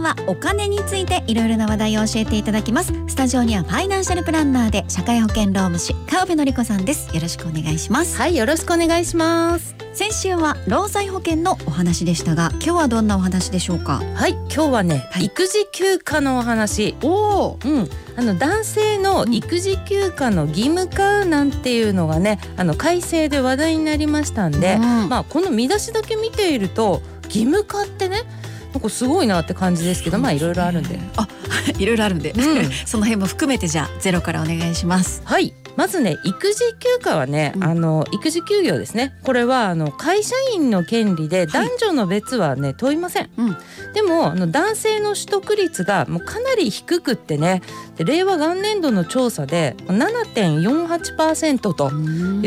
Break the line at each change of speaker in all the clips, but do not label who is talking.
はお金についていろいろな話題を教えていただきますスタジオにはファイナンシャルプランナーで社会保険労務士川辺紀子さんですよろしくお願いします
はいよろしくお願いします
先週は労災保険のお話でしたが今日はどんなお話でしょうか
はい今日はね、
はい
育児休暇のお話
おお
うん、あの男性の育児休暇の義務化なんていうのがねあの改正で話題になりましたんで、
うん
まあ、この見出しだけ見ていると義務化ってねなんかすごいなって感じですけどまあいろいろあるんで。
あいろいろあるんで、
うん
その辺も含めてじゃあゼロからお願いします
はいまずね育児休暇はね、
うん
あの育児休業ですねこれはあの会社員の権利で男女の別はね、問いません、
うん
でもあの男性の取得率がもうかなり低くってねで令和元年度の調査で7.48%と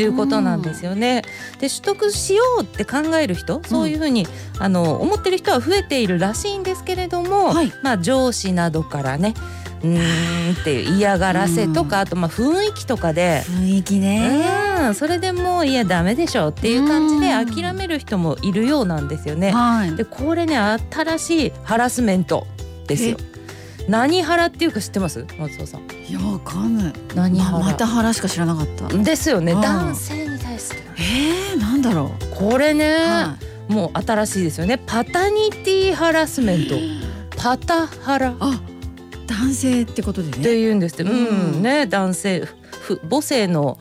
いうことなんです
よ
よね。で取得しようって考える人そういうふうに、あの思ってる人は増えているらしいんですけれども、
はい
まあ、上司などからねうーんっていう嫌がらせとかあとまあ雰囲気とかで。
雰囲気ね
うんそれでもういやダメでしょっていう感じ
うん
で諦める人もいるようなんですよね。
はい
でこれね新しいハラスメントですよ。何ハラっていうか知ってます松尾さん。
いやわかんない
何
ま
ハラ
また腹しか知らなかった
ですよね
うん
男性に対して。
えー、なんだろ
これね、
う、は
もう新しいですよねパタニティハラスメント
い
パタハラっ
あ男性ってことでね
ていうんですってうん、
うん
ね男性ふ母性の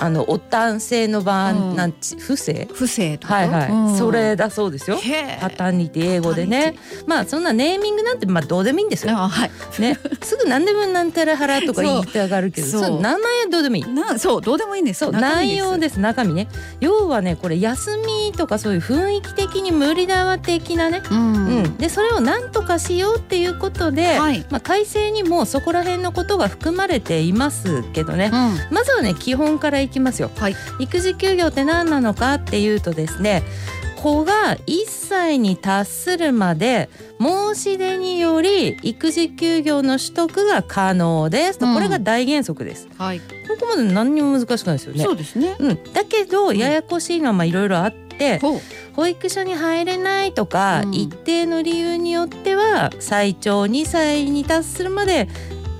あのお男性の場合、
うん
なんち不正
不正ってこと
はいはい、
うん
それだそうですよ
へえ
パタニティ英語でねまあそんなネーミングなんてまあどうでもいいんですよ、
あはい
ね、すぐ何でもなんたらハラとか言
そう
いたがるけど
そう
その名前はどうでもいい
なそうどうでもいいんです
そう内容
で
です中身ね要はねこれ休みとかそういう雰囲気的に無理だわ的なね、
すうん、
うん、でそれを何とかしようっていうことで、
はい、
まあ、改正にもそこら辺のことが含まれていますけどね、
うん
まずはね基本からいきますよ、
はい
育児休業って何なのかっていうとですね子が1歳に達するまで申し出により育児休業の取得が可能ですと、
うん
これが大原則です
はい
ここまで何にも難しくないですよね
そうですね
うん、だけどややこしいのはまあいろいろあって、
ほう
保育所に入れないとか、
うん
一定の理由によっては最長2歳に達するまで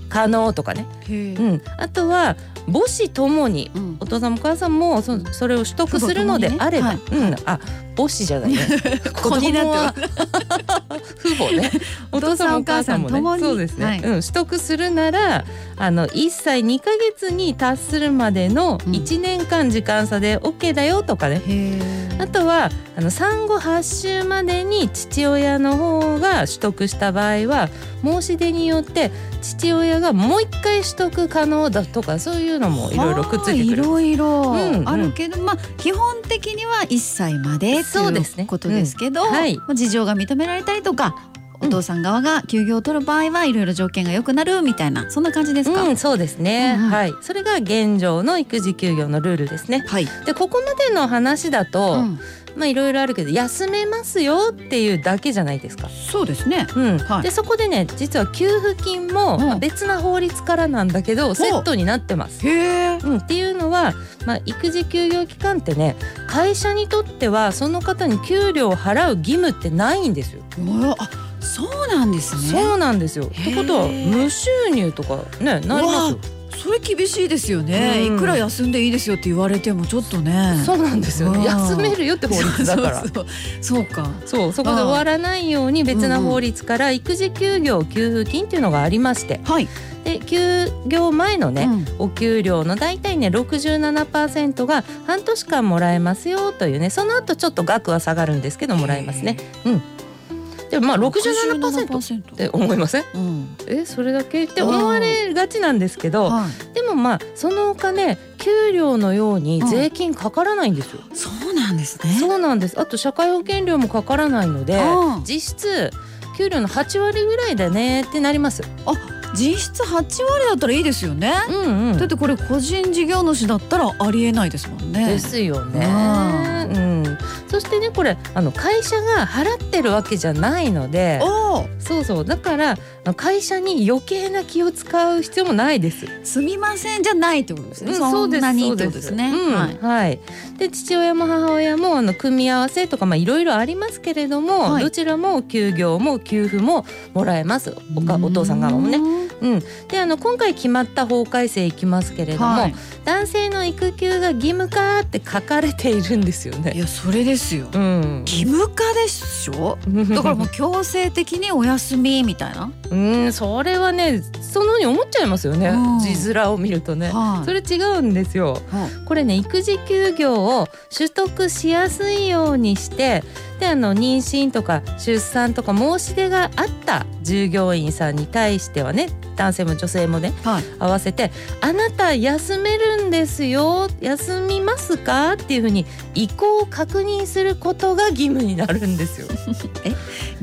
可能とかね、
へえ
う、ん、あとは母子ともに
うん
お父さんもお母さんもそそれを取得するのであれば、
父母
うん、あ母子じゃないね
子になっては
子供は 父母ねお父さんもお母さんも
お父さんお母さ
ね
んともに
そうですね、
はい
うん、取得するならあの1歳2ヶ月に達するまでの
うん
1年間時間差で OK だよとかね、
へ
あとはあの産後8週までに父親の方が取得した場合は申し出によって父親がもう一回取得可能だとかそういうのもいろいろくっついてくる
いろいろ
うん
あるけど、まあ基本的には1歳までって
そうです
い
ね
うことですけど、
うんはい
まあ事情が認められたりとか、
うん
お父さん側が休業を取る場合はいろいろ条件が良くなるみたいなそんな感じですか、
うん、そうですね、
うんうん
はい、それが現状の育児休業のルールですね。
はい、
でここまでの話だと、
うん、
まあいろいろあるけど休めますよっていうだけじゃないですか。
そうですね
うん
はい
でそこでね実は給付金も、
うん
まあ別な法律からなんだけどセットになってます。
へえ
うん、っていうのは、まあ、育児休業期間ってね会社にとってはその方に給料を払う義務ってないんですよ。
あそうなんですね
そうなんですよ。ってことは
へー
無収入とかねなりますよ。
それ厳しいですよね、
うん
いくら休んでいいですよって言われてもちょっとね
そうなんですよね。
うん
休めるよって法律だから。
そうそうそうそうか
そうそこで終わらないように別な法律から育児休業給付金っていうのがありまして
はい
で休業前のね、
うん
お給料の大体ね67%が半年間もらえますよというねその後ちょっと額は下がるんですけどもらえますね。でまあ67%っ
67%
て思いません
うん
えそれだけって思われがちなんですけど
はい
でもまあそのお金給料のように税金かからないんですよ。
そうなんですね。
そうなんですあと社会保険料もかからないので
ああ
実質給料の8割ぐらいだねってなります。
実質8割だったらいいですよね。
うんうん
だってこれ個人事業主だったらありえないですもんね。
ですよね。
う
うん、そしてねこれあの会社が払ってるわけじゃないので
おお
そうそうだからあの会社に余計な気を使う必要もないです。
すみませんじゃないってことですね、
うん
そんなにってことですね、
うん
は
はいい、で父親も母親もあの組み合わせとかまあいろいろありますけれども、
はい
どちらも給料も給付ももらえます。おかお父さん側もね。
ね
であの今回決まった法改正いきますけれども、
はい
男性の育休が義務化って書かれているんですよ
い
ね。
やそれですよ
うん。
義務化でしょだからもう強制的にお休みみたいな、
うん、それはね、そのように思っちゃいますよね
うん。
字面を見るとね。
はい
それ違うんですよ。
はい
これね、育児休業を取得しやすいようにして、で、あの妊娠とか出産とか申し出があった従業員さんに対してはね、男性も女性もね、
はい
合わせて「あなた休めるんですよ休みますか?」っていうふうに意向を確認することが義務になるんです よ。
義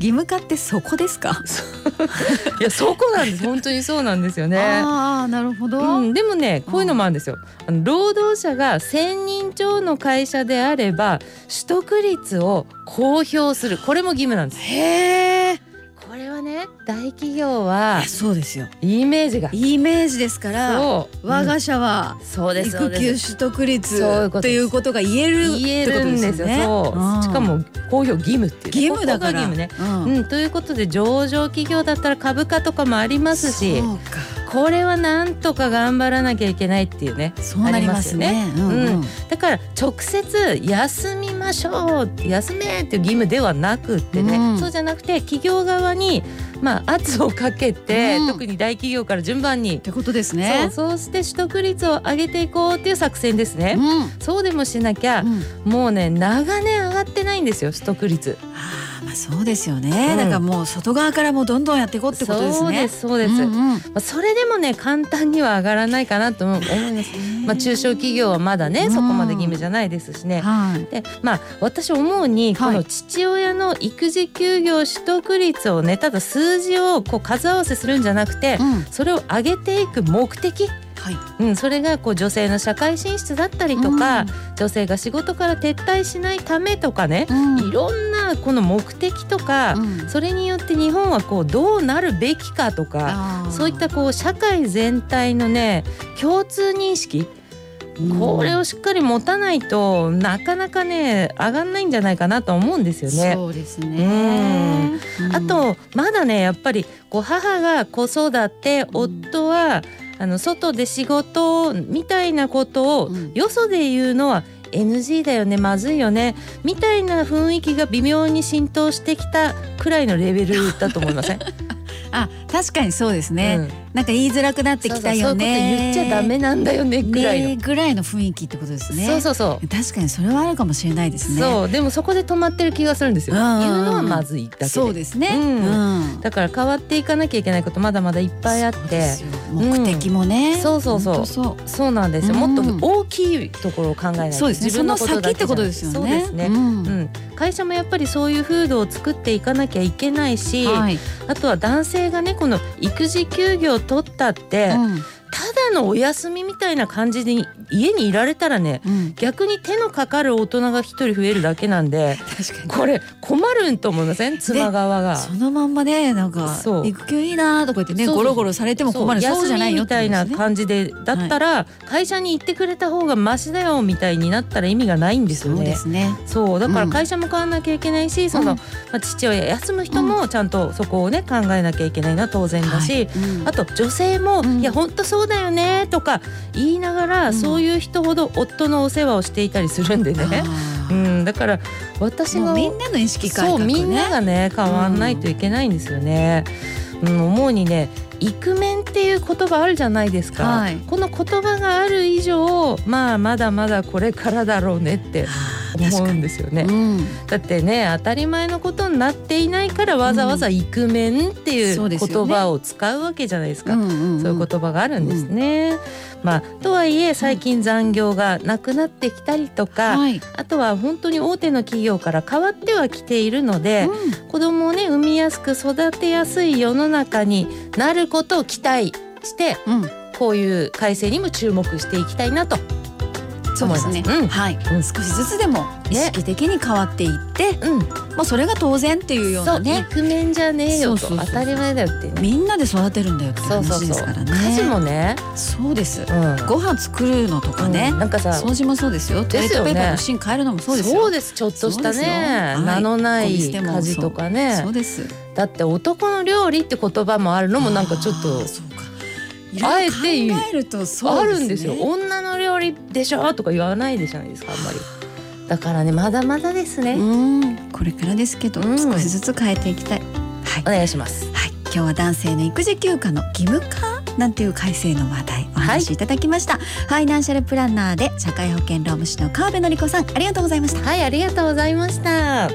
務化ってそこですか、
いやそこなんです本当にそうなんですよね。
ああなるほど、
うん、でもねこういうのもあるんですよ。あの労働者が1,000人超の会社であれば取得率を公表するこれも義務なんです。
へえ
これはね大企業は
そうですよ
イメージが
イメージですから
そう
我が社は
そうですそう
育
です
休取得率
そういうことです
っていうことが言える
言えるんです
ってこと
よ。そ
ね
う。しか、
うん
も公表義務っていうね、
義務だから
ここが義務ね。
うん
うん、ということで上場企業だったら株価とかもありますし
そうか
これはなんとか頑張らなきゃいけないっていうね
そうなりますね。うんうん
だから直接休みましょう休めっていう義務ではなくってね、
うん
そうじゃなくて企業側に、まあ、圧をかけて、
うん
特に大企業から順番に
っ、てことですね。
そうそうして取得率を上げていこうっていう作戦ですね。
うん
そうでもしなきゃ、
うん
もうね長年上がってないんですよ取得率。
あーまあそうですよね、
うん
だからもう外側からもうどんどんやっていこうってことです
そう
ね
で。すそうです、ま
んうん
あ、それでもね簡単には上がらないかなと思う思います。まあ、中小企業はまだね、
うん
そこまで義務じゃないですしね。
はい。
でまあ、私思うにこ
は
の
い
父親の育児休業取得率をねただ数字をこう数合わせするんじゃなくて
うん
それを上げていく目的、
はい。
うん、それがこう女性の社会進出だったりとか、女性が仕事から撤退しないためとかね、
うん、
いろんなこの目的とか、
うん
それによって日本はこうどうなるべきかとか
あー
そういったこう社会全体のね共通認識
うん
これをしっかり持たないとなかなかね上がんないんじゃないかなと思うんですよね。
そうですね。うん
あ、とまだねやっぱりこう母が子育て夫はあの外で仕事みたいなことを
うん
よそで言うのは NG だよねまずいよねみたいな雰囲気が微妙に浸透してきたくらいのレベルだと思いません
あ確かにそうですね、
うん
なんか言いづらくなってきたよね。
そうそうそういうこと言っちゃダメなんだよねぐらいの、
ねぐらいの雰囲気ってことですね。
そうそうそう
確かにそれはあるかもしれないですね。
そうでもそこで止まってる気がするんですよ
う
言うんのはまずいだけで
そうですね。
うん
うん
だから変わっていかなきゃいけないことまだまだいっぱいあっ
そうで
て
すよ目的もね、
うんそうそうそう
本当そう
そうなんですよ
うん
もっと大きいところを考えないと
そうですね。
自
そ
分
の
こと
先
だ
っ
けじ
て
ゃ
こ
ない
とですよね。
そうですね
う、
うんん、会社もやっぱりそういう風土を作っていかなきゃいけないし、
はい。
あとは男性がねこの育児休業を取ったって、た
うん
だのお休みみたいな感じで家にいられたらね
うん
逆に手のかかる大人が一人増えるだけなんで
確か
これ困るんと思いません妻側が
に。。そのまんまねなんか
そう
育休いいなとか言ってね
そうそう
ゴロゴロされても困る
そう
そうじゃないよっ
休み
て
みたい
こと
な
ですね
感じでだったら、会社に行ってくれた方がマシだよみたいになったら意味がないんですよ
そうで
ね。
すね。
そうだか
う
ら
ん
会社も変わらなきゃいけないし、その、
うん
まあ、父親休む人もちゃんとそこをね考えなきゃいけないのは当然だし、
はいうん
あと女性も「
うん
いやほんとそうだよね」とか言いながら、
うん
そういう人ほど夫のお世話をしていたりするんでね、
あ
う
ー
ん、だから私
も
が
うみんなの意識改
そ
革
う
ね。
みんながね変わんないといけないんですよね。うん、思うにねイクメンっていう言葉あるじゃないですか、
はい
この言葉がある以上まあまだまだこれからだろうねって
あー
思
確
う
か
ん
に。
ですよね、
うん
だってね当たり前のことになっていないからわざわざイクメンってい
そう
う
で
言
すよね
葉を使うわけじゃないですか、
うんんん
そういう言葉があるんですね、まあとはいえ最近残業がなくなってきたりとか、
はい。
あとは本当に大手の企業から変わってはきているので、
うん
子供をね産みやすく育てやすい世の中になることを期待して
うん
こういう改正にも注目していきたいなと
そうですね、
思いますうん
はい、
うん
少しずつでも意識的に変わっていって、
うん、
まあそれが当然っていうよう
そ
な
う
ね
肉面じゃねえよ
そうそ
と
う
当
そう
たり前だよってね
みんなで育てるんだよって
そうそう
話で
そ
す
う
からね
家事もね、
そうです
うん、
ご飯作るのとかね、
うんなんかさ
掃除もそうですよトイレッ
です
ト
よ
ペ
ね
ーパーの芯変えるのもそうですよ
ちょっとした
そうですよ
ね、
はい
名のな
ゴミ
い
捨ても
家事とかね
そうです
だって男の料理って言葉もあるのもなんかちょっ
あ
と
ーそうか
あえ
いろ
て
いろ考えるとそ
あ
う
るん
で
ですす
ね
よ女の料理でしょとか言わないでじゃないですかあんまりだからねまだまだですね、
うんこれからですけど、
うん
少しずつ変えていきたいはい
お願いします
はい、今日は男性の育児休暇の義務化なんていう改正の話題お話しいただきました、ファイナンシャルプランナーで社会保険労務士の川辺典子さんありがとうございました
はいありがとうございました